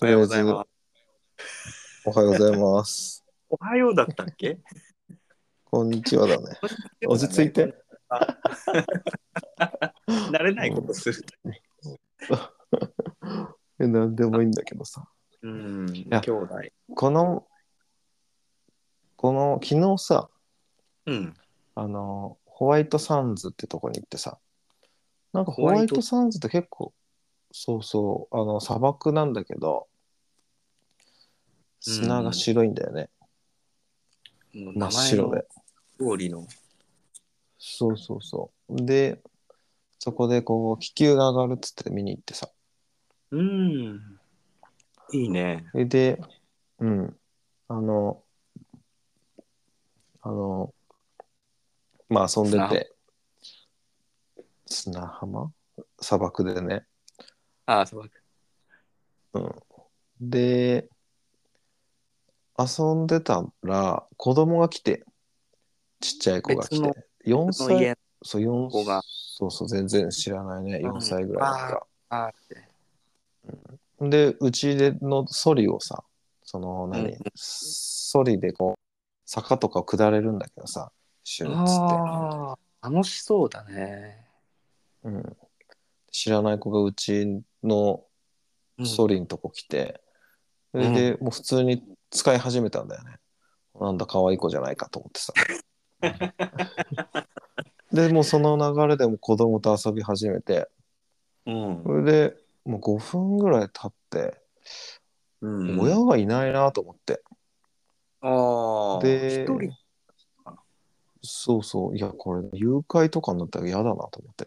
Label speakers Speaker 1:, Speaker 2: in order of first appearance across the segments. Speaker 1: おはようございます。
Speaker 2: おはようございます。
Speaker 1: おはようだったっ け
Speaker 2: こんにちはだね。落ち着いて。
Speaker 1: 慣れないことする。
Speaker 2: え、なんでもいいんだけどさ。
Speaker 1: うん、兄
Speaker 2: や
Speaker 1: 弟。
Speaker 2: この、この、昨日さ、
Speaker 1: うん。
Speaker 2: あの、ホワイトサンズってとこに行ってさ、なんかホ
Speaker 1: ホワイ
Speaker 2: ワ
Speaker 1: ト
Speaker 2: イトサンズって結構、そうそう、あの、砂漠なんだけど、砂が白いんだよね。
Speaker 1: もう
Speaker 2: 真っ白で。
Speaker 1: 名前の通りの。
Speaker 2: そうそうそう。で、そこでこう、気球が上がるっつって見に行ってさ。
Speaker 1: うん。いいね。
Speaker 2: それで、うん、あの、あの、まあ遊んでて、砂浜砂漠でね。
Speaker 1: ああ、そう。
Speaker 2: うん。で、遊んでたら、子供が来て、ちっちゃい子が来
Speaker 1: 別
Speaker 2: て
Speaker 1: の、
Speaker 2: 4
Speaker 1: その
Speaker 2: 歳、
Speaker 1: 家
Speaker 2: そう、4
Speaker 1: 子が
Speaker 2: そうそう、全然知らないね、4歳ぐらいだから。
Speaker 1: あって。
Speaker 2: で、うちでのソリをさ、その何、
Speaker 1: うん
Speaker 2: ソリでこう、坂とかを下れるんだけどさ、シュンっつって。
Speaker 1: ああ、楽しそうだね。
Speaker 2: うん、知らない子がうちの
Speaker 1: うん
Speaker 2: ソリのとこ来て、それでもう普通に使い始めたんだよね。なんだ可愛い子じゃないかと思って さ。でもうその流れでも子供と遊び始めて
Speaker 1: うん
Speaker 2: そ。れでもう5分ぐらい経って、
Speaker 1: うん
Speaker 2: 親がいないなと思って
Speaker 1: ああ。
Speaker 2: で
Speaker 1: 一人。
Speaker 2: そうそう、いや、これ、誘拐とかになったら嫌だなと思って、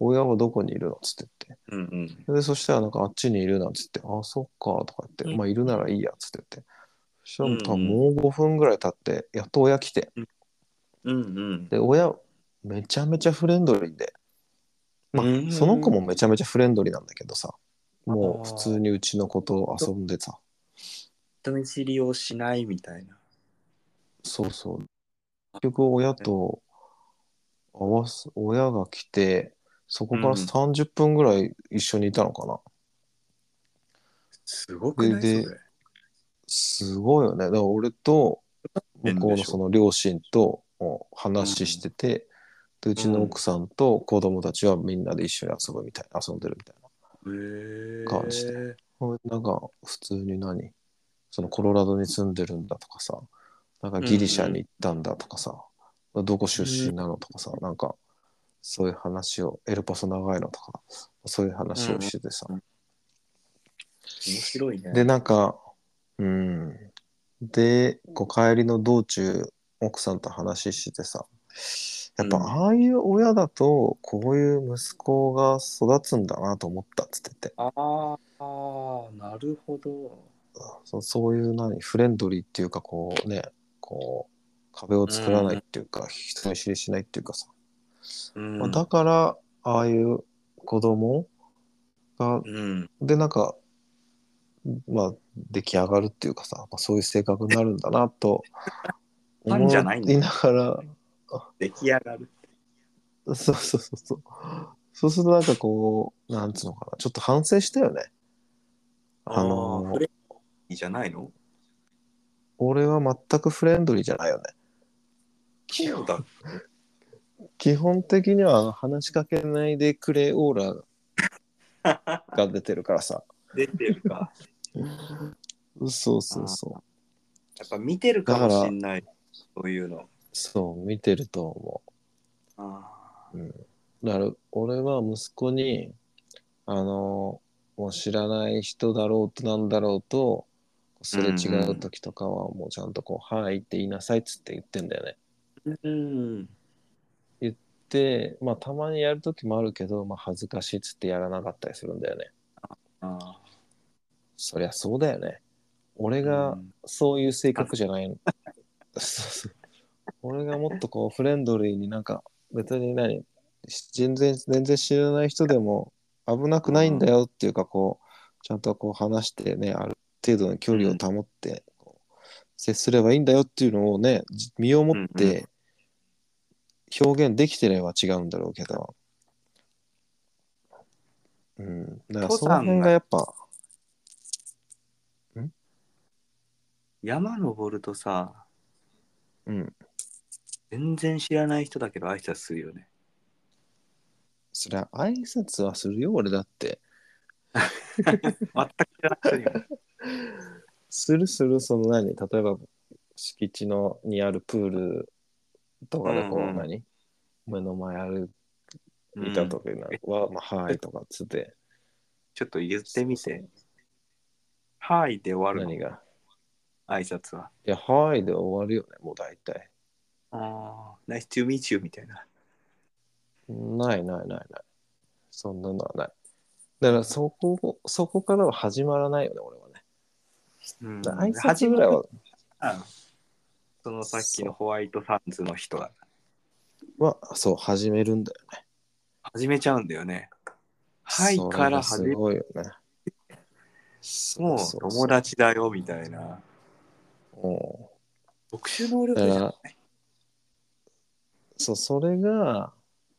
Speaker 2: 親はどこにいるのっつって言っ
Speaker 1: うんうん。
Speaker 2: て、で、そしたら、なんか、あっちにいるなんつって、あ、そっか、とか言っ
Speaker 1: う
Speaker 2: て、
Speaker 1: ん
Speaker 2: まあ、いるならいいや、つって言って、そしたらもう多
Speaker 1: うん
Speaker 2: 分、もう5分ぐらい経って、やっと親来て、
Speaker 1: うんうん。
Speaker 2: で、親、めちゃめちゃフレンドリーで、まあ
Speaker 1: うん、
Speaker 2: その子もめちゃめちゃフレンドリーなんだけどさ、もう、
Speaker 1: あー
Speaker 2: 普通にうちの子と遊んでさ、
Speaker 1: 人見知りをしないみたいな。
Speaker 2: そうそう。結局、親と合わす、親が来て、そこから30分ぐらい一緒にいたのかな。
Speaker 1: すごくない
Speaker 2: でで
Speaker 1: それ
Speaker 2: すごいよね。だから俺と、
Speaker 1: 変
Speaker 2: 向
Speaker 1: でしょ
Speaker 2: こうのその両親ともう話してて、うでうちの奥さんと子供たちはみんなで一緒に遊ぶみたいな、遊んでるみたいな。
Speaker 1: へえ
Speaker 2: 感じでほいなんか、普通に何そのコロラドに住んでるんだとかさ、なんかギリシャに行ったんだとかさ、どこ出身なのとかさ、なんか、そういう話を、エルパソ長いのとか、そういう話をしててさ、
Speaker 1: 面白いね。
Speaker 2: で、なんか、うん。で、こう帰りの道中、奥さんと話しててさ、やっぱ、
Speaker 1: うん
Speaker 2: ああいう親だと、こういう息子が育つんだなと思ったっつってて、
Speaker 1: ああ、なるほど。
Speaker 2: そそういう何、フレンドリーっていうか、こうね、こう、壁を作らないっていうか、人見知りしないっていうかさ、
Speaker 1: うん。
Speaker 2: まあ、だから、ああいう子供が
Speaker 1: うん。
Speaker 2: でなんかまあ出来上がるっていうかさ、まあ、そういう性格になるんだな と
Speaker 1: ファンじゃないんだ
Speaker 2: いなが
Speaker 1: 出来上がる。
Speaker 2: らそうそうそうそうそうするとなんかこうなんつうのかなちょっと反省したよねあの
Speaker 1: あーフレンドリーじゃない の
Speaker 2: 俺は全くフレンドリーじゃないよね
Speaker 1: そうだ。
Speaker 2: 基本的には話しかけないでくれオーラ が出てるからさ
Speaker 1: 出てるか。
Speaker 2: そうそうそう
Speaker 1: やっぱ見てるかもしんない。そういうの。
Speaker 2: そう見てると思う
Speaker 1: あ
Speaker 2: だから俺は息子にあのもう知らない人だろうとなんだろうとすれ違う時とかはもうちゃんとこう「はい」って言いなさいっつって言ってんだよね。
Speaker 1: ーうん。
Speaker 2: でまあたまにやる時もあるけど、まあ、恥ずかしいっつってやらなかったりするんだよね。
Speaker 1: あ
Speaker 2: そりゃそうだよね。俺
Speaker 1: ー
Speaker 2: が
Speaker 1: うん
Speaker 2: そういう性格じゃないの。そうそう俺がもっとこうフレンドリーになんか別に何し全然全然知らない人でも危なくないんだよっていうかこうちゃんとこう話してねある程度の距離を保ってこう接すればいいんだよっていうのをねじ身をもっ
Speaker 1: うん
Speaker 2: て表現できてれば違うんだろうけど。うん、だからその辺がやっぱ
Speaker 1: 山登るとさ、
Speaker 2: うん。
Speaker 1: 全然知らない人だけど挨拶するよね。
Speaker 2: そりゃ、挨拶はするよ、俺だって。
Speaker 1: 全く知らない人にも。
Speaker 2: するする、その何例えば、敷地のにあるプールとかで、こう、
Speaker 1: うんうん
Speaker 2: 何目の前歩
Speaker 1: うん
Speaker 2: いた時なんかは、まあ、はいとかっつって。
Speaker 1: ちょっと言ってみて。はいで終わる
Speaker 2: 何
Speaker 1: の、
Speaker 2: が
Speaker 1: 挨拶は。
Speaker 2: いや、はいで終わるよね、もう大体。
Speaker 1: ああ、ナイス to meet you みたいな。
Speaker 2: ないないないない。そんなのはない。だから、そこ、そこからは始まらないよね、俺はね。
Speaker 1: うん
Speaker 2: だから挨拶ぐらいは、
Speaker 1: あそのさっきのホワイトサンズの人が
Speaker 2: はそう、始めるんだよ。
Speaker 1: 始めちゃうんだよね。はい
Speaker 2: それが
Speaker 1: から始め
Speaker 2: すごいよね。
Speaker 1: も
Speaker 2: そそ
Speaker 1: う
Speaker 2: そ
Speaker 1: 友達だよみたいな。
Speaker 2: うん
Speaker 1: 特殊能力じゃない。
Speaker 2: そう、それが、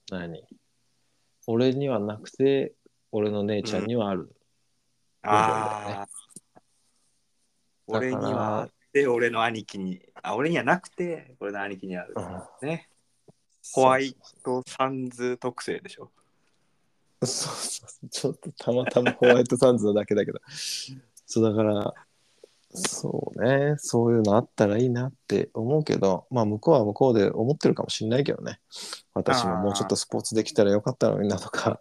Speaker 2: 何俺にはなくて、俺の姉ちゃんにはある。
Speaker 1: ああ。
Speaker 2: だから
Speaker 1: 俺にはあって、俺の兄貴に、あ、俺にはなくて、俺の兄貴にある。ね。ホワイトサンズ特性でしょ。
Speaker 2: そうそうそうちょっとたまたまホワイトサンズなだけだけど。そう、だから、そうね、そういうのあったらいいなって思うけど、まあ、向こうは向こうで思ってるかもしれないけどね。私ももうちょっとスポーツできたらよかったのになとか。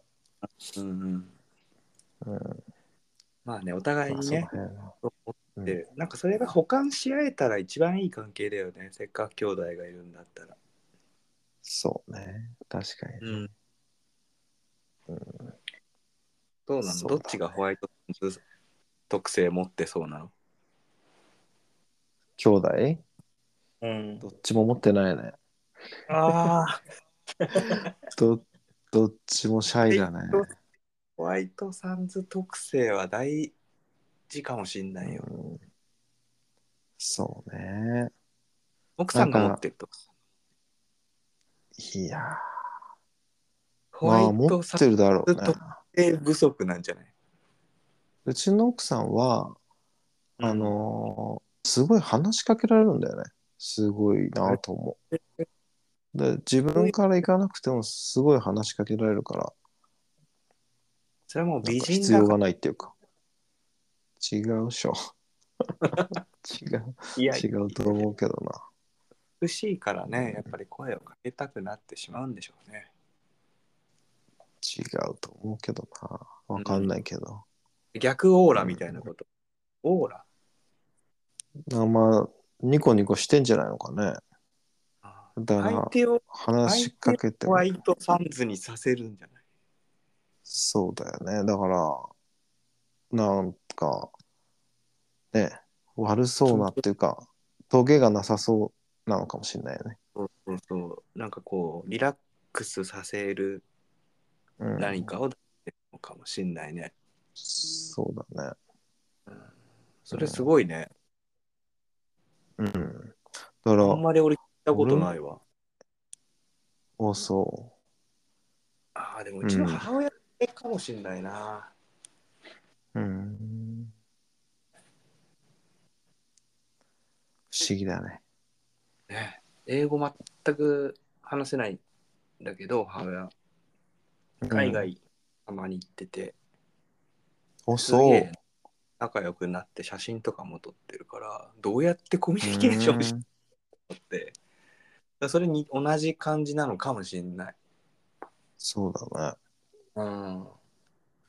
Speaker 1: うんう
Speaker 2: う
Speaker 1: ん。
Speaker 2: ん
Speaker 1: まあね、お互いにね、
Speaker 2: まあその辺は
Speaker 1: そう思
Speaker 2: うん
Speaker 1: って、なんかそれが補完し合えたら一番いい関係だよね。せっかく兄弟がいるんだったら。
Speaker 2: そうね。確かに。
Speaker 1: うん。どうなの
Speaker 2: そうだ
Speaker 1: ど
Speaker 2: ね
Speaker 1: っちがホワイトサンズ特性持ってそうなの
Speaker 2: 兄弟
Speaker 1: うん
Speaker 2: どっちも持ってないね。
Speaker 1: ああ、
Speaker 2: どどっちもシャイだね。
Speaker 1: えっホワイトサンズ特性は大事かもしんないよ。
Speaker 2: うんそうね。
Speaker 1: 奥さんが持ってると。
Speaker 2: いやー、
Speaker 1: ホ
Speaker 2: ま
Speaker 1: ワ
Speaker 2: あ
Speaker 1: イ
Speaker 2: 持
Speaker 1: ト
Speaker 2: っ
Speaker 1: サ
Speaker 2: て
Speaker 1: ン
Speaker 2: るだろうね
Speaker 1: ずっ。ズ不足なんじゃないう
Speaker 2: ちの奥さんは、あ、のーすごい話しかけられるんだよね。すごいなと思う。で自分から行かなくてもすごい話しかけられるから、
Speaker 1: それはもう
Speaker 2: なん
Speaker 1: 美
Speaker 2: か
Speaker 1: 人
Speaker 2: 必
Speaker 1: だ
Speaker 2: 要
Speaker 1: から
Speaker 2: がないっていうか。違うで しょ。違う。
Speaker 1: いや、
Speaker 2: 違うと思うけどな。
Speaker 1: 美しいからね、やっぱり声をかけたくなってしまうんでしょうね。
Speaker 2: 違うと思うけどな。わかんないけど。
Speaker 1: 逆オーラみたいなこと。オーラ
Speaker 2: あまあ、ニコニコしてんじゃないのかね。
Speaker 1: あー
Speaker 2: だから
Speaker 1: 相、手を
Speaker 2: 話しかけて
Speaker 1: ホ
Speaker 2: も
Speaker 1: ワ、イトサンズにさせるんじゃない
Speaker 2: そうだよね。だから、なんか、ね、悪そうなっていうか、トゲがなさそうなのかもしれないよね。
Speaker 1: そうそうそう。なんかこう、リラックスさせる
Speaker 2: うん、
Speaker 1: 何かを出してるのかもしんないね。
Speaker 2: そうだね。
Speaker 1: うんそれすごいね。
Speaker 2: うん。だから
Speaker 1: あん、まり俺聞いたことないわ。
Speaker 2: おそ
Speaker 1: ああ、でもうちの母親かもしんないな。
Speaker 2: う。うん。不思議だね。
Speaker 1: ね、英語全く話せないんだけど、母親。海
Speaker 2: うん。
Speaker 1: 外たまに行ってて、
Speaker 2: お
Speaker 1: すげ
Speaker 2: そう
Speaker 1: え。仲良くなって写真とかも撮ってるから、どうやってコミュニケーションしてるのって、だからそれに同じ感じなのかもしんない。
Speaker 2: そうだね。
Speaker 1: うん。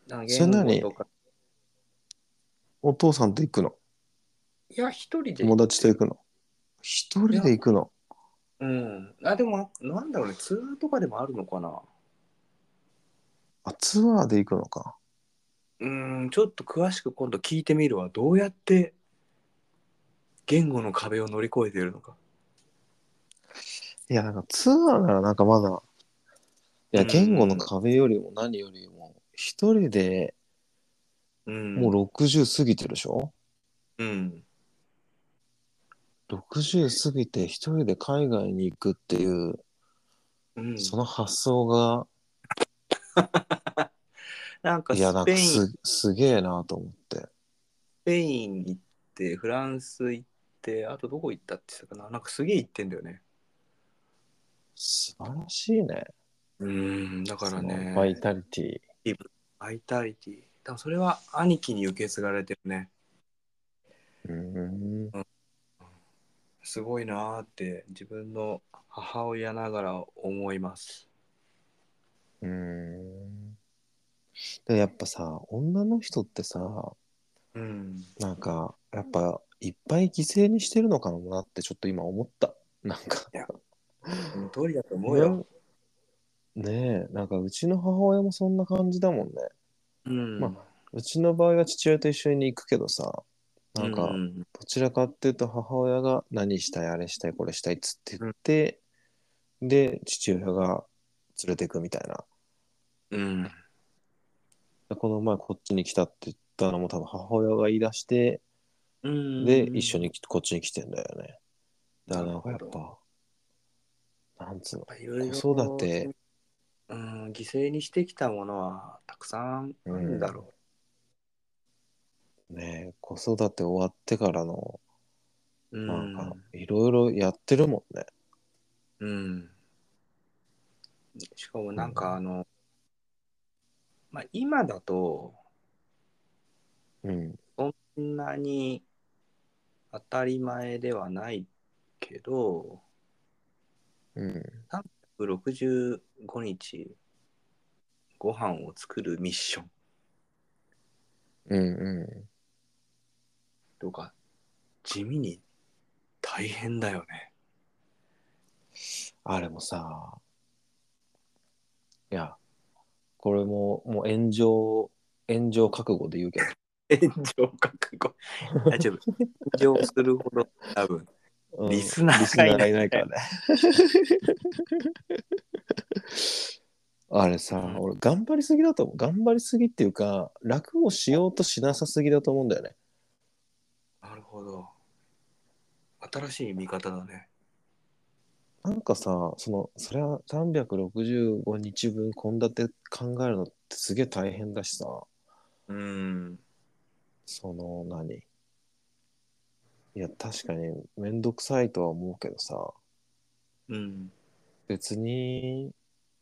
Speaker 1: なんか
Speaker 2: それなに
Speaker 1: 言語とか
Speaker 2: お父さんと行くの
Speaker 1: いや、一人で
Speaker 2: 友達と行くの一人で行くの
Speaker 1: うん。あ、でも、なんだろうね、ツアーとかでもあるのかな。
Speaker 2: あ、ツアーで行くのか。
Speaker 1: うん、ちょっと詳しく今度聞いてみるわ。どうやって言語の壁を乗り越えてるのか。
Speaker 2: いや、なんかツアーならなんかまだ、いや、
Speaker 1: うん
Speaker 2: 言語の壁よりも何よりも、一人で
Speaker 1: うん。
Speaker 2: もう60過ぎてるでしょ、
Speaker 1: うん。
Speaker 2: ?60 過ぎて一人で海外に行くっていう、
Speaker 1: うん、
Speaker 2: その発想が、
Speaker 1: なんか
Speaker 2: いや、なん
Speaker 1: ス
Speaker 2: か
Speaker 1: ペイン、ス
Speaker 2: すすげえなと思って。
Speaker 1: ペイン行って、フランス行って、あとどこ行ったって言ってたかななんかすげえ行ってんだよね。
Speaker 2: 素晴らしいね。
Speaker 1: うん、だから
Speaker 2: そ
Speaker 1: ね
Speaker 2: の、バイタリティ。
Speaker 1: バイタリティ。多分それは兄貴に受け継がれてるね。
Speaker 2: うーん。
Speaker 1: すごいなーって自分の母親ながら思います。
Speaker 2: うーん。でもやっぱさ、女の人ってさ、
Speaker 1: うん。
Speaker 2: なんか、やっぱ、いっぱい犠牲にしてるのかもなって、ちょっと今思った。なんか。
Speaker 1: いやその通りだと思うよ。
Speaker 2: ねえ、なんか、うちの母親もそんな感じだもんね。
Speaker 1: うん。
Speaker 2: まうちの場合は父親と一緒に行くけどさ、なんか、
Speaker 1: うん
Speaker 2: どちらかっていうと母親が何したいあれしたいこれしたいっつって言って、で父親が連れてくみたいな
Speaker 1: うん。
Speaker 2: でこの前こっちに来たって言ったのも多分母親が言い出して
Speaker 1: うん。
Speaker 2: で一緒に来こっちに来てんだよねだからなんかやっ
Speaker 1: なる
Speaker 2: ぱなんつうの
Speaker 1: いろいろ
Speaker 2: 子育て
Speaker 1: うん、犠牲にしてきたものはたくさんあるんだろ
Speaker 2: ね子育て終わってからの
Speaker 1: う。うん。
Speaker 2: なんかいろいろやってるもんね
Speaker 1: うん、しかもなんかあの、まあ、今だと
Speaker 2: うん
Speaker 1: そんなに当たり前ではないけど
Speaker 2: うん
Speaker 1: 65日ご飯を作るミッション
Speaker 2: うんう
Speaker 1: とか地味に大変だよね。
Speaker 2: んあれもさいやこれももう炎上炎上覚悟で言うけど
Speaker 1: 炎上覚 悟。大丈夫。炎上するほど多分
Speaker 2: うん
Speaker 1: リスナーがいない
Speaker 2: リスナからね。あれさ、
Speaker 1: うん
Speaker 2: 俺頑張りすぎだと思う。頑張りすぎっていうか、楽をしようとしなさすぎだと思うんだよね。
Speaker 1: なるほど。新しい見方だね。
Speaker 2: なんかさ、その、それは365日分献立考えるのってすげえ大変だしさ、
Speaker 1: うん。
Speaker 2: その何、いや、確かにめんどくさいとは思うけどさ、
Speaker 1: うん。
Speaker 2: 別に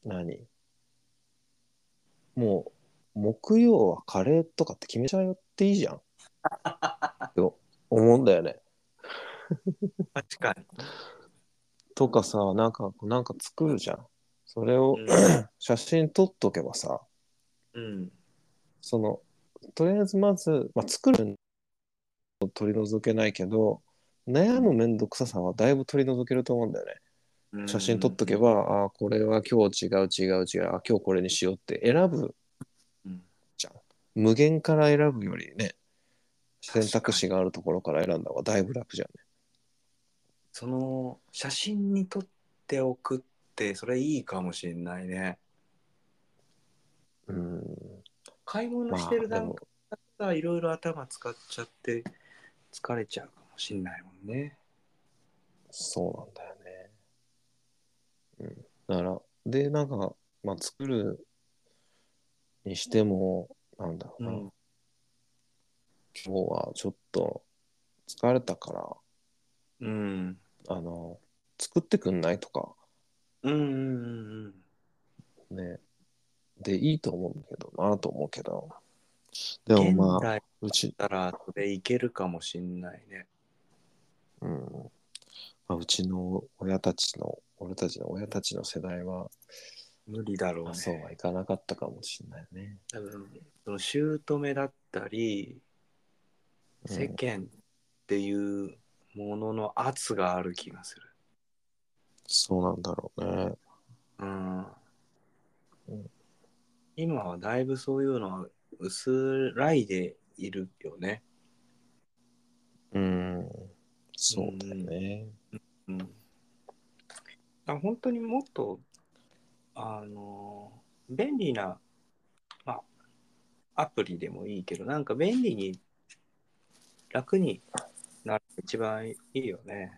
Speaker 2: 何もう木曜はカレーとかって決めちゃっていいじゃ んって思うんだよね。
Speaker 1: 確か
Speaker 2: とかさなんかなんか作るじゃん。それを
Speaker 1: に。
Speaker 2: 写真撮っとけばさ
Speaker 1: うん。
Speaker 2: そのとりあえずまず、まあ、作るのを取り除けないけど悩む面倒くささはだいぶ取り除けると思うんだよね。
Speaker 1: うん
Speaker 2: 写真撮っとけば、ああこれは今日違う違う違うあ今日これにしようって選ぶ
Speaker 1: うん
Speaker 2: 無限から選ぶよりね選択肢があるところから選んだ方がだいぶ楽じゃんね
Speaker 1: その写真に撮っておくってそれいいかもしれないね。
Speaker 2: うん
Speaker 1: 買い物してる段階だいろいろ頭使っちゃって疲れちゃうかもしれないもんね。
Speaker 2: そうなんだよね、うん、だからでなんか、まあ、作るにしてもなんだろうな、
Speaker 1: うん
Speaker 2: 今日はちょっと疲れたか
Speaker 1: うん。
Speaker 2: らあの作ってくんないとか
Speaker 1: うんうんうん
Speaker 2: ねでいいと思うんだけどなと思うけどで
Speaker 1: うん。
Speaker 2: もま
Speaker 1: 現
Speaker 2: あ
Speaker 1: 代
Speaker 2: うち
Speaker 1: だったらそれいけるかもしれないね。
Speaker 2: うんまあ、うちの親たちの俺たちの親たちの世代は、
Speaker 1: 無理だろう
Speaker 2: まあ
Speaker 1: ね。
Speaker 2: そうはいかなかったかもしれないね。
Speaker 1: 多分その姑だったり
Speaker 2: うん
Speaker 1: 世間っていうものの圧がある気がする。
Speaker 2: そうなんだろうね。
Speaker 1: うん
Speaker 2: うん
Speaker 1: 今はだいぶそういうのは薄らいでいるよね。
Speaker 2: うん。そうだよね。
Speaker 1: うん、だから本当にもっとあの便利な、まあ、アプリでもいいけどなんか便利に楽になるのが一番いいよね。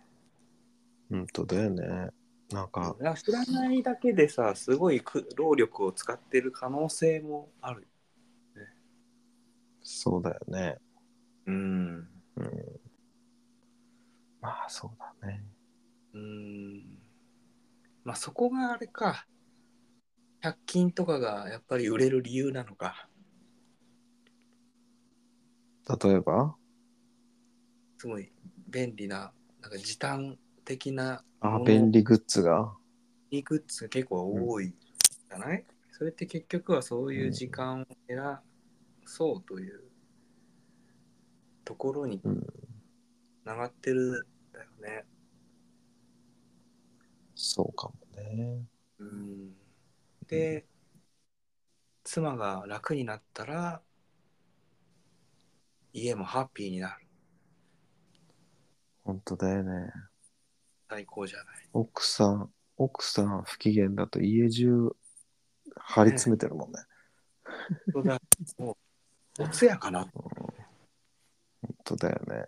Speaker 2: うんとだよね。なんか、
Speaker 1: なんか知らないだけでさすごいく労力を使ってる可能性もある。
Speaker 2: そうだよね。
Speaker 1: うん
Speaker 2: うん。あ、そうだね。
Speaker 1: うーんまあそこがあれか100均とかがやっぱり売れる理由なのか
Speaker 2: 例えば
Speaker 1: すごい便利ななんか時短的な
Speaker 2: あ
Speaker 1: も、の
Speaker 2: 便利グッズが。
Speaker 1: いいグッズが結構多いじゃない、それって結局はそういう時間を減らそうというところに
Speaker 2: うん
Speaker 1: 繋がってるんだよね。
Speaker 2: そうかもね。
Speaker 1: うん、で、妻が楽になったら家もハッピーになる
Speaker 2: 本当だよね。
Speaker 1: 最高じゃない。
Speaker 2: 奥さん、奥さん不機嫌だと家中張り詰めてるもんね。
Speaker 1: それがもうおつやかな
Speaker 2: 本当だよね。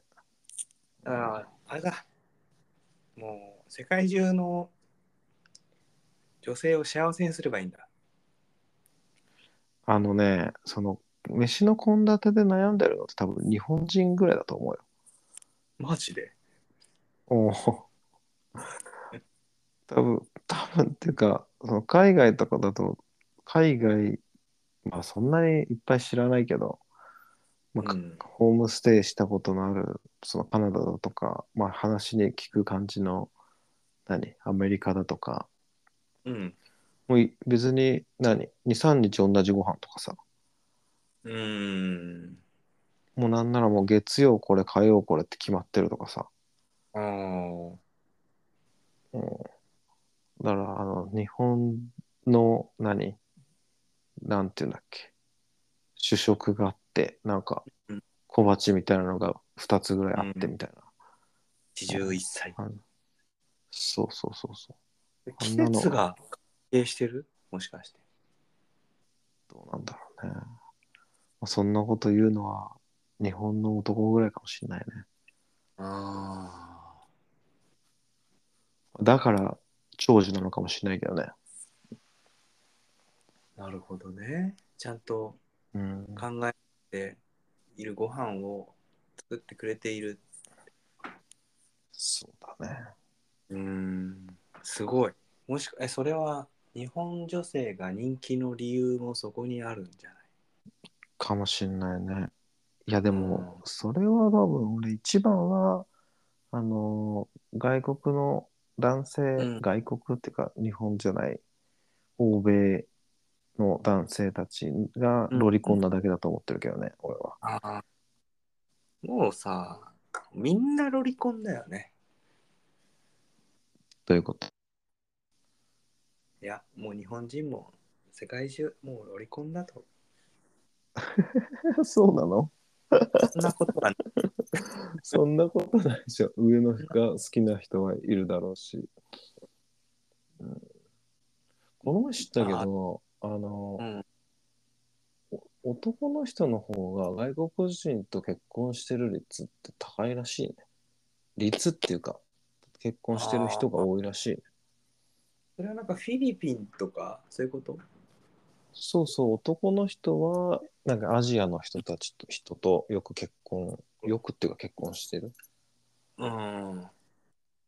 Speaker 1: だからあれだもう世界中の女性を幸せにすればいいんだ
Speaker 2: あのね、その、飯の献立で悩んでるのって多分日本人ぐらいだと思うよ。
Speaker 1: マジで
Speaker 2: おお。多分、多分っていうか、その海外とかだと、海外、まあそんなにいっぱい知らないけど、まあ
Speaker 1: うん
Speaker 2: ホームステイしたことのある、そのカナダだとか、まあ話に聞く感じの、何、アメリカだとか、
Speaker 1: うん
Speaker 2: もうい別に何、2、3日同じご飯とかさ、
Speaker 1: うーん
Speaker 2: もうなんならもう月曜これ、火曜これって決まってるとかさ、
Speaker 1: あー
Speaker 2: うんだから、あの、日本の、何なんていうんだっけ主食があって、なんか
Speaker 1: うん、
Speaker 2: 小鉢みたいなのが2つぐらいあってみたいな。
Speaker 1: 81歳
Speaker 2: あのそうそうそうそう。
Speaker 1: 季節が関係してるもしかして
Speaker 2: どうなんだろうね。まあ、そんなこと言うのは、日本の男ぐらいかもしれないね。
Speaker 1: ああ
Speaker 2: だから、長寿なのかもしれないけどね。
Speaker 1: なるほどねちゃんと
Speaker 2: うん。
Speaker 1: 考えているご飯を作ってくれている
Speaker 2: そうだね。
Speaker 1: うーんすごいもしかえそれは日本女性が人気の理由もそこにあるんじゃない
Speaker 2: かもしんないね。いやでも
Speaker 1: う、
Speaker 2: それは多分俺一番は、あのー外国の男性、
Speaker 1: うん
Speaker 2: 外国っていうか日本じゃない、欧米の男性たちがロリコンなだけだと思ってるけどね、俺は。
Speaker 1: あもうさみんなロリコンだよね
Speaker 2: ということ。
Speaker 1: いやもう日本人も世界中もうロリコンだと
Speaker 2: そうなの
Speaker 1: そんなことはない
Speaker 2: そんなことないでしょ。上の人が好きな人はいるだろうし。うんこの前知ったけど、あのー
Speaker 1: うん
Speaker 2: 男の人の方が外国人と結婚してる率って高いらしいね。率っていうか、結婚してる人が多いらしいね。
Speaker 1: それはなんかフィリピンとかそういうこと
Speaker 2: そうそう、男の人は、なんかアジアの人たちと、人とよく結婚、よくっていうか結婚してる。
Speaker 1: うん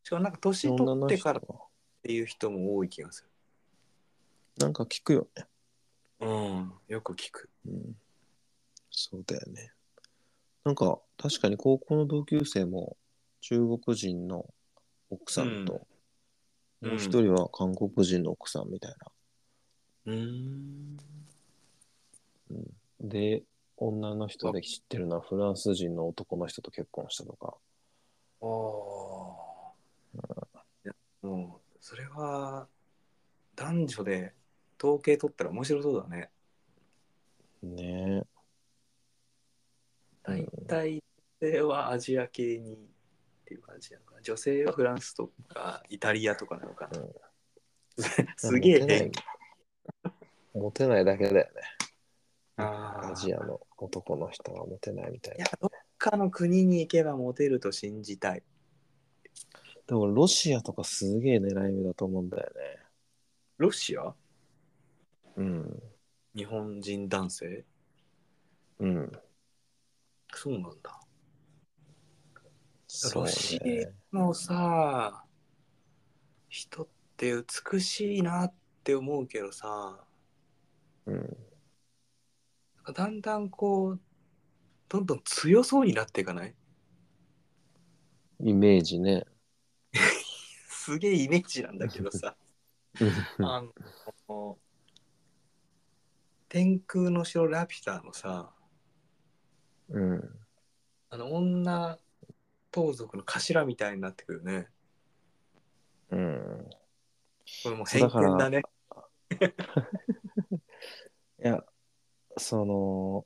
Speaker 1: しかもなんか年
Speaker 2: 女
Speaker 1: 取っ
Speaker 2: の
Speaker 1: て
Speaker 2: 人
Speaker 1: から
Speaker 2: が
Speaker 1: っ。ていう人も多い気がす
Speaker 2: なんか聞くよね。
Speaker 1: るうんよく聞く
Speaker 2: うん。そうだよね。なんか、確かに高校の同級生も、中国人の奥さんと、
Speaker 1: うん
Speaker 2: もう一人は韓国人の奥さんみたいな。
Speaker 1: うーん
Speaker 2: で、女の人で知ってるのはフランス人の男の人と結婚したとか。
Speaker 1: ああ。いやもう、それは、男女で統計取ったら面白そうだね。
Speaker 2: ね
Speaker 1: 大体、女性はアジア系にっていう感じなのかな。女性はフランスとかイタリアとかなのかな。
Speaker 2: うんえ。
Speaker 1: すげ
Speaker 2: モテな
Speaker 1: え
Speaker 2: い。モテないだけだよね。
Speaker 1: ア
Speaker 2: アジアの男の人はモテないみたい
Speaker 1: い
Speaker 2: な
Speaker 1: や。、どっかの国に行けばモテると信じたい。
Speaker 2: でもロシアとかすげえ狙い目だと思うんだよ
Speaker 1: ロシア
Speaker 2: ね。うん。
Speaker 1: 日本人男性
Speaker 2: うん。
Speaker 1: そうなんだ。
Speaker 2: そうね。
Speaker 1: のさ人って美しいなって思うけどさ
Speaker 2: うん。
Speaker 1: だんだんこうどんどん強そうになっていかない
Speaker 2: イメージね。
Speaker 1: すげえイメージなんだけどさあの天空の城ラピュタのさ
Speaker 2: うん。
Speaker 1: あの女盗賊の頭みたいになってくるね
Speaker 2: うん。
Speaker 1: これもう偏見だね
Speaker 2: いや、その、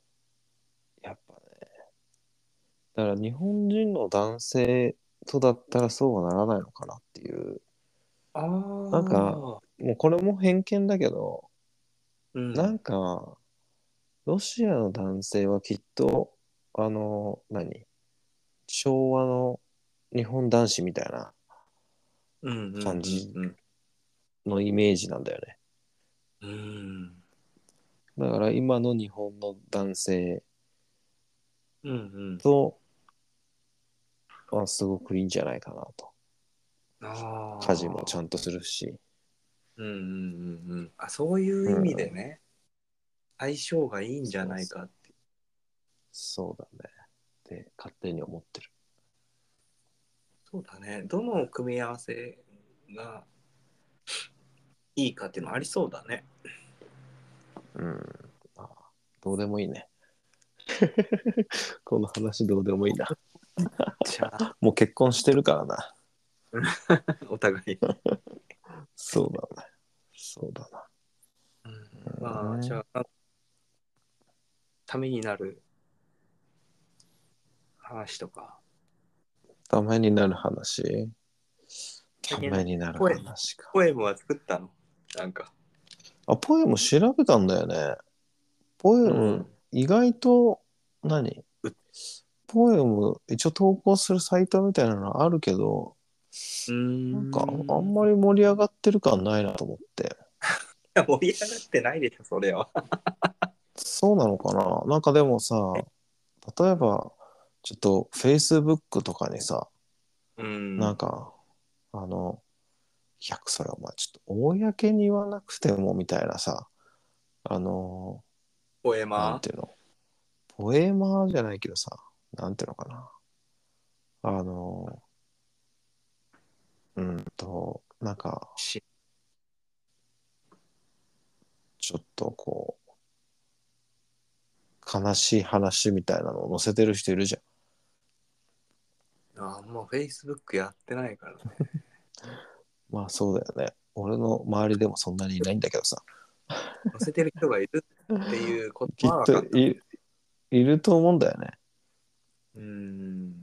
Speaker 2: やっぱね。だから日本人の男性とだったらそうはならないのかなっていう。
Speaker 1: あー
Speaker 2: なんか、もうこれも偏見だけど、
Speaker 1: うん、
Speaker 2: なんか、ロシアの男性はきっと、あの、何昭和の日本男子みたいな
Speaker 1: うんうんうんうん
Speaker 2: 感じのイメージなんだよね。
Speaker 1: うん
Speaker 2: だから今の日本の男性
Speaker 1: うんうん
Speaker 2: と、はすごくいいんじゃないかなと。
Speaker 1: あー
Speaker 2: 家事もちゃんとするし。
Speaker 1: うんうんうんうんあそういう意味でね、相性がいいんじゃないかって
Speaker 2: そうだね。って勝手に思ってる。
Speaker 1: そうだねどの組み合わせがいいかっていうのありそうだね
Speaker 2: うん。あーどうでもいいね。 この話どうでもいいな。
Speaker 1: じゃあ
Speaker 2: もう結婚してるからな。
Speaker 1: お互い、
Speaker 2: そうだね。そうだな。
Speaker 1: うんまあじゃあためになる話とか
Speaker 2: ためになる話。ためになる
Speaker 1: ポエム
Speaker 2: 話か。
Speaker 1: ポエムは作ったのなんか
Speaker 2: あ、ポエム調べたんだよね。ポエム、
Speaker 1: うん
Speaker 2: 意外と何
Speaker 1: う
Speaker 2: ポエム、一応投稿するサイトみたいなのあるけど、な
Speaker 1: なん
Speaker 2: かあんまり盛り上がってる感ないなと思って。
Speaker 1: いや盛り上がってないでしょそれは。
Speaker 2: そうなのかななんかでもさ、例えば、ちょっと Facebook とかにさ、
Speaker 1: うん
Speaker 2: なんか、あの、いや、それお前ちょっと公に言わなくてもみたいなさ、あの、
Speaker 1: ポエマー
Speaker 2: なんていうの、ポエマーじゃないけどさ、なんていうのかな。あの、うんと、なんか、
Speaker 1: し
Speaker 2: ちょっとこう、悲しい話みたいなのを載せてる人いるじゃん。
Speaker 1: あんま Facebook やってないからね。
Speaker 2: まあそうだよね。俺の周りでもそんなにいないんだけどさ。
Speaker 1: 載せてる人がいるっていうこ
Speaker 2: き
Speaker 1: と
Speaker 2: っ
Speaker 1: は分か
Speaker 2: と
Speaker 1: った。
Speaker 2: いいると思うんだよね。
Speaker 1: うん。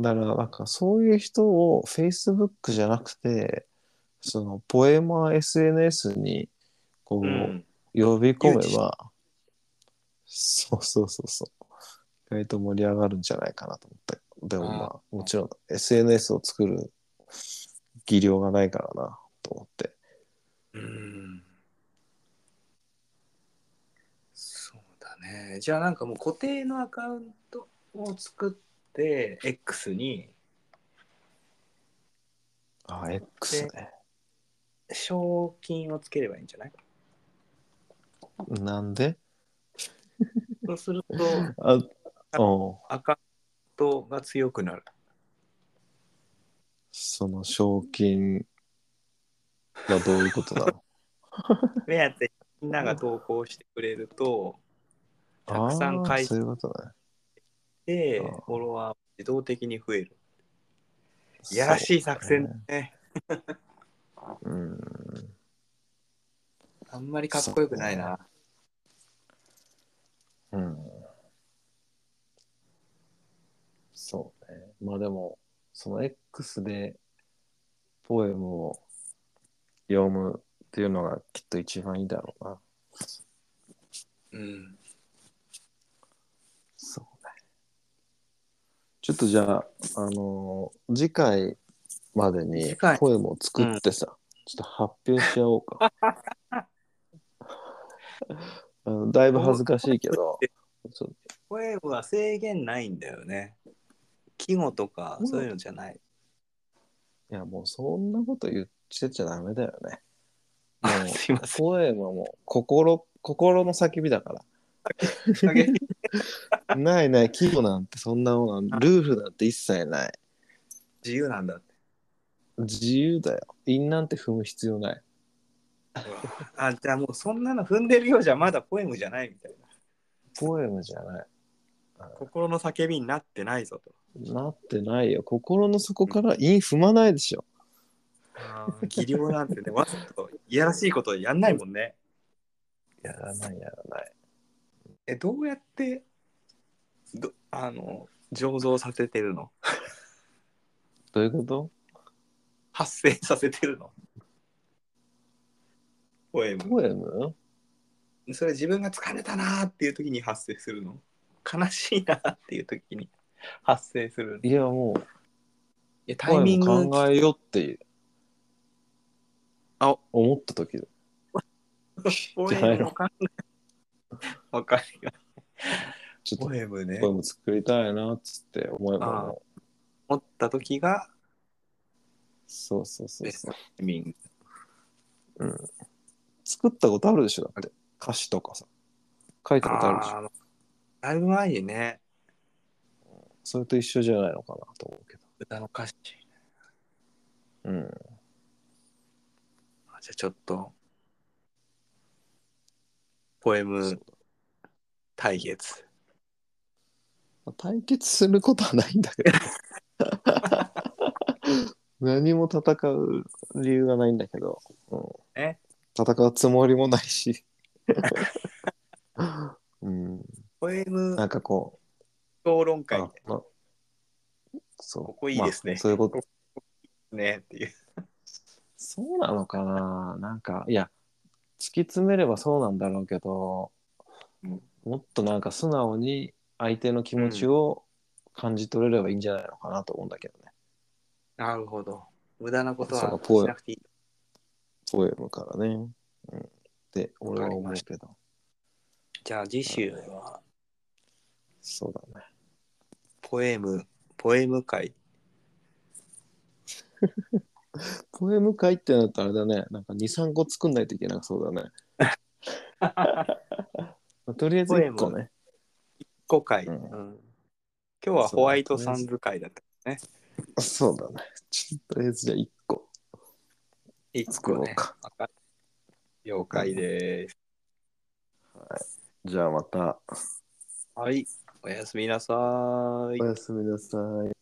Speaker 2: だからなんかそういう人を Facebook じゃなくてそのポエマー SNS にこ
Speaker 1: う、
Speaker 2: うん呼び込め
Speaker 1: 誘致し
Speaker 2: ば、そうそうそうそう意外と盛り上がるんじゃないかなと思ったけどでもまあもちろん SNS を作る技量がないからなと思って
Speaker 1: うん。そうだね。じゃあなんかもう固定のアカウントを作って、X に
Speaker 2: あ X ね
Speaker 1: 賞金をつければいいんじゃない
Speaker 2: なんで
Speaker 1: そうすると
Speaker 2: あお
Speaker 1: アカウントが強くなる。
Speaker 2: その賞金がどういうことなの
Speaker 1: 目当てみんなが投稿してくれると、 たくさん
Speaker 2: あー
Speaker 1: 返
Speaker 2: そう
Speaker 1: し
Speaker 2: いうことね
Speaker 1: て
Speaker 2: あー、
Speaker 1: フォロワー自動的に増える。いやらしい作戦だね。
Speaker 2: うん
Speaker 1: あんまりかっこよくないな。
Speaker 2: うん。そうね。まあでも、その X でポエムを読むっていうのがきっと一番いいだろうな。
Speaker 1: うん。
Speaker 2: そうね。ちょっとじゃあ、あのー次回までに
Speaker 1: 次回
Speaker 2: ポエムを作ってさ、ちょっと発表し合おう か。あの だいぶ恥ずかしいけど、ちょっと
Speaker 1: 声は制限ないんだよね。季語とか
Speaker 2: うん
Speaker 1: そういうのじゃない。
Speaker 2: いや、もうそんなこと言ってちゃダメだよね。
Speaker 1: あ
Speaker 2: もう
Speaker 1: すいません。
Speaker 2: 声はもう心、心の叫びだか
Speaker 1: あげ
Speaker 2: ら。ないない、季語なんてそんなもの、ルールなんて一切ない。
Speaker 1: 自由なんだって。
Speaker 2: 自由だよ。韻なんて踏む必要ない。
Speaker 1: あ、じゃあもうそんなの踏んでるようじゃまだポエムじゃないみたいな。
Speaker 2: ポエムじゃない。
Speaker 1: 心の叫びになってないぞと。
Speaker 2: なってないよ。心の底から韻踏まないでしょ。
Speaker 1: あー技量なんて ね、わざといやらしいことやんないもんね。
Speaker 2: やらない、やらない。
Speaker 1: え、どうやって、どあの、醸造させてるの
Speaker 2: どういうこと
Speaker 1: 発生させてるのポエム。
Speaker 2: ポエム
Speaker 1: それ自分が疲れたなーっていう時に発生するの悲しいなーっていう時に発生するのい
Speaker 2: いや、もう、
Speaker 1: やタ
Speaker 2: ポ
Speaker 1: イ
Speaker 2: エ
Speaker 1: ミン
Speaker 2: ム
Speaker 1: グ
Speaker 2: 考えようっていう
Speaker 1: あ
Speaker 2: 思った時だ
Speaker 1: ポ
Speaker 2: じゃな
Speaker 1: エ
Speaker 2: い
Speaker 1: ム
Speaker 2: の
Speaker 1: わかんない。わかりま
Speaker 2: ちょ
Speaker 1: す。
Speaker 2: っと
Speaker 1: ポエムね
Speaker 2: ポエ。ム作りたいなっつって思えば
Speaker 1: ああ
Speaker 2: もう
Speaker 1: 持った時が
Speaker 2: そうそうそうそう。
Speaker 1: タイミング。
Speaker 2: 作ったことあるでしょだって歌詞とかさ書いたことあるでしょ
Speaker 1: あーだいぶ前にね、
Speaker 2: それと一緒じゃないのかなと思うけど
Speaker 1: 歌の歌詞。
Speaker 2: うん
Speaker 1: あじゃあちょっと、ポエ
Speaker 2: そう
Speaker 1: ム対決。
Speaker 2: まあ対決することはないんだけど 何も戦う理由がないんだけど、うん
Speaker 1: え
Speaker 2: 戦うつもりもない し、うん、
Speaker 1: ポエム
Speaker 2: なんかこう
Speaker 1: 討論会
Speaker 2: あまそう
Speaker 1: ここいいですね
Speaker 2: まあそういうこと
Speaker 1: ねっていう。
Speaker 2: そうなのかななんかいや突き詰めればそうなんだろうけど、
Speaker 1: うん
Speaker 2: もっとなんか素直に相手の気持ちを感じ取れればいいんじゃないのかなと思うんだけどね、
Speaker 1: なるほど。無駄なこと
Speaker 2: そう
Speaker 1: は
Speaker 2: かポエム
Speaker 1: しなくていい。
Speaker 2: ポエムからね、うん、って俺は
Speaker 1: わかり
Speaker 2: 思う
Speaker 1: まし
Speaker 2: けど
Speaker 1: じゃあ次週は
Speaker 2: そうだね
Speaker 1: ポエム、ポエム会。
Speaker 2: ポエム会ってなったらあれだねなんか23個作んないといけなそう だね、まあとりあえず1個
Speaker 1: ポエ
Speaker 2: ね
Speaker 1: 5回、
Speaker 2: うん
Speaker 1: うん今日はホワイトサンズ会だったね。
Speaker 2: そうだねちょっととりあえずじゃあ1個
Speaker 1: いつ
Speaker 2: 作
Speaker 1: か
Speaker 2: ろ
Speaker 1: ね
Speaker 2: う。か
Speaker 1: わかっ了解です。
Speaker 2: じゃあまた
Speaker 1: はい。おやすみなさーい
Speaker 2: お。やすみなさい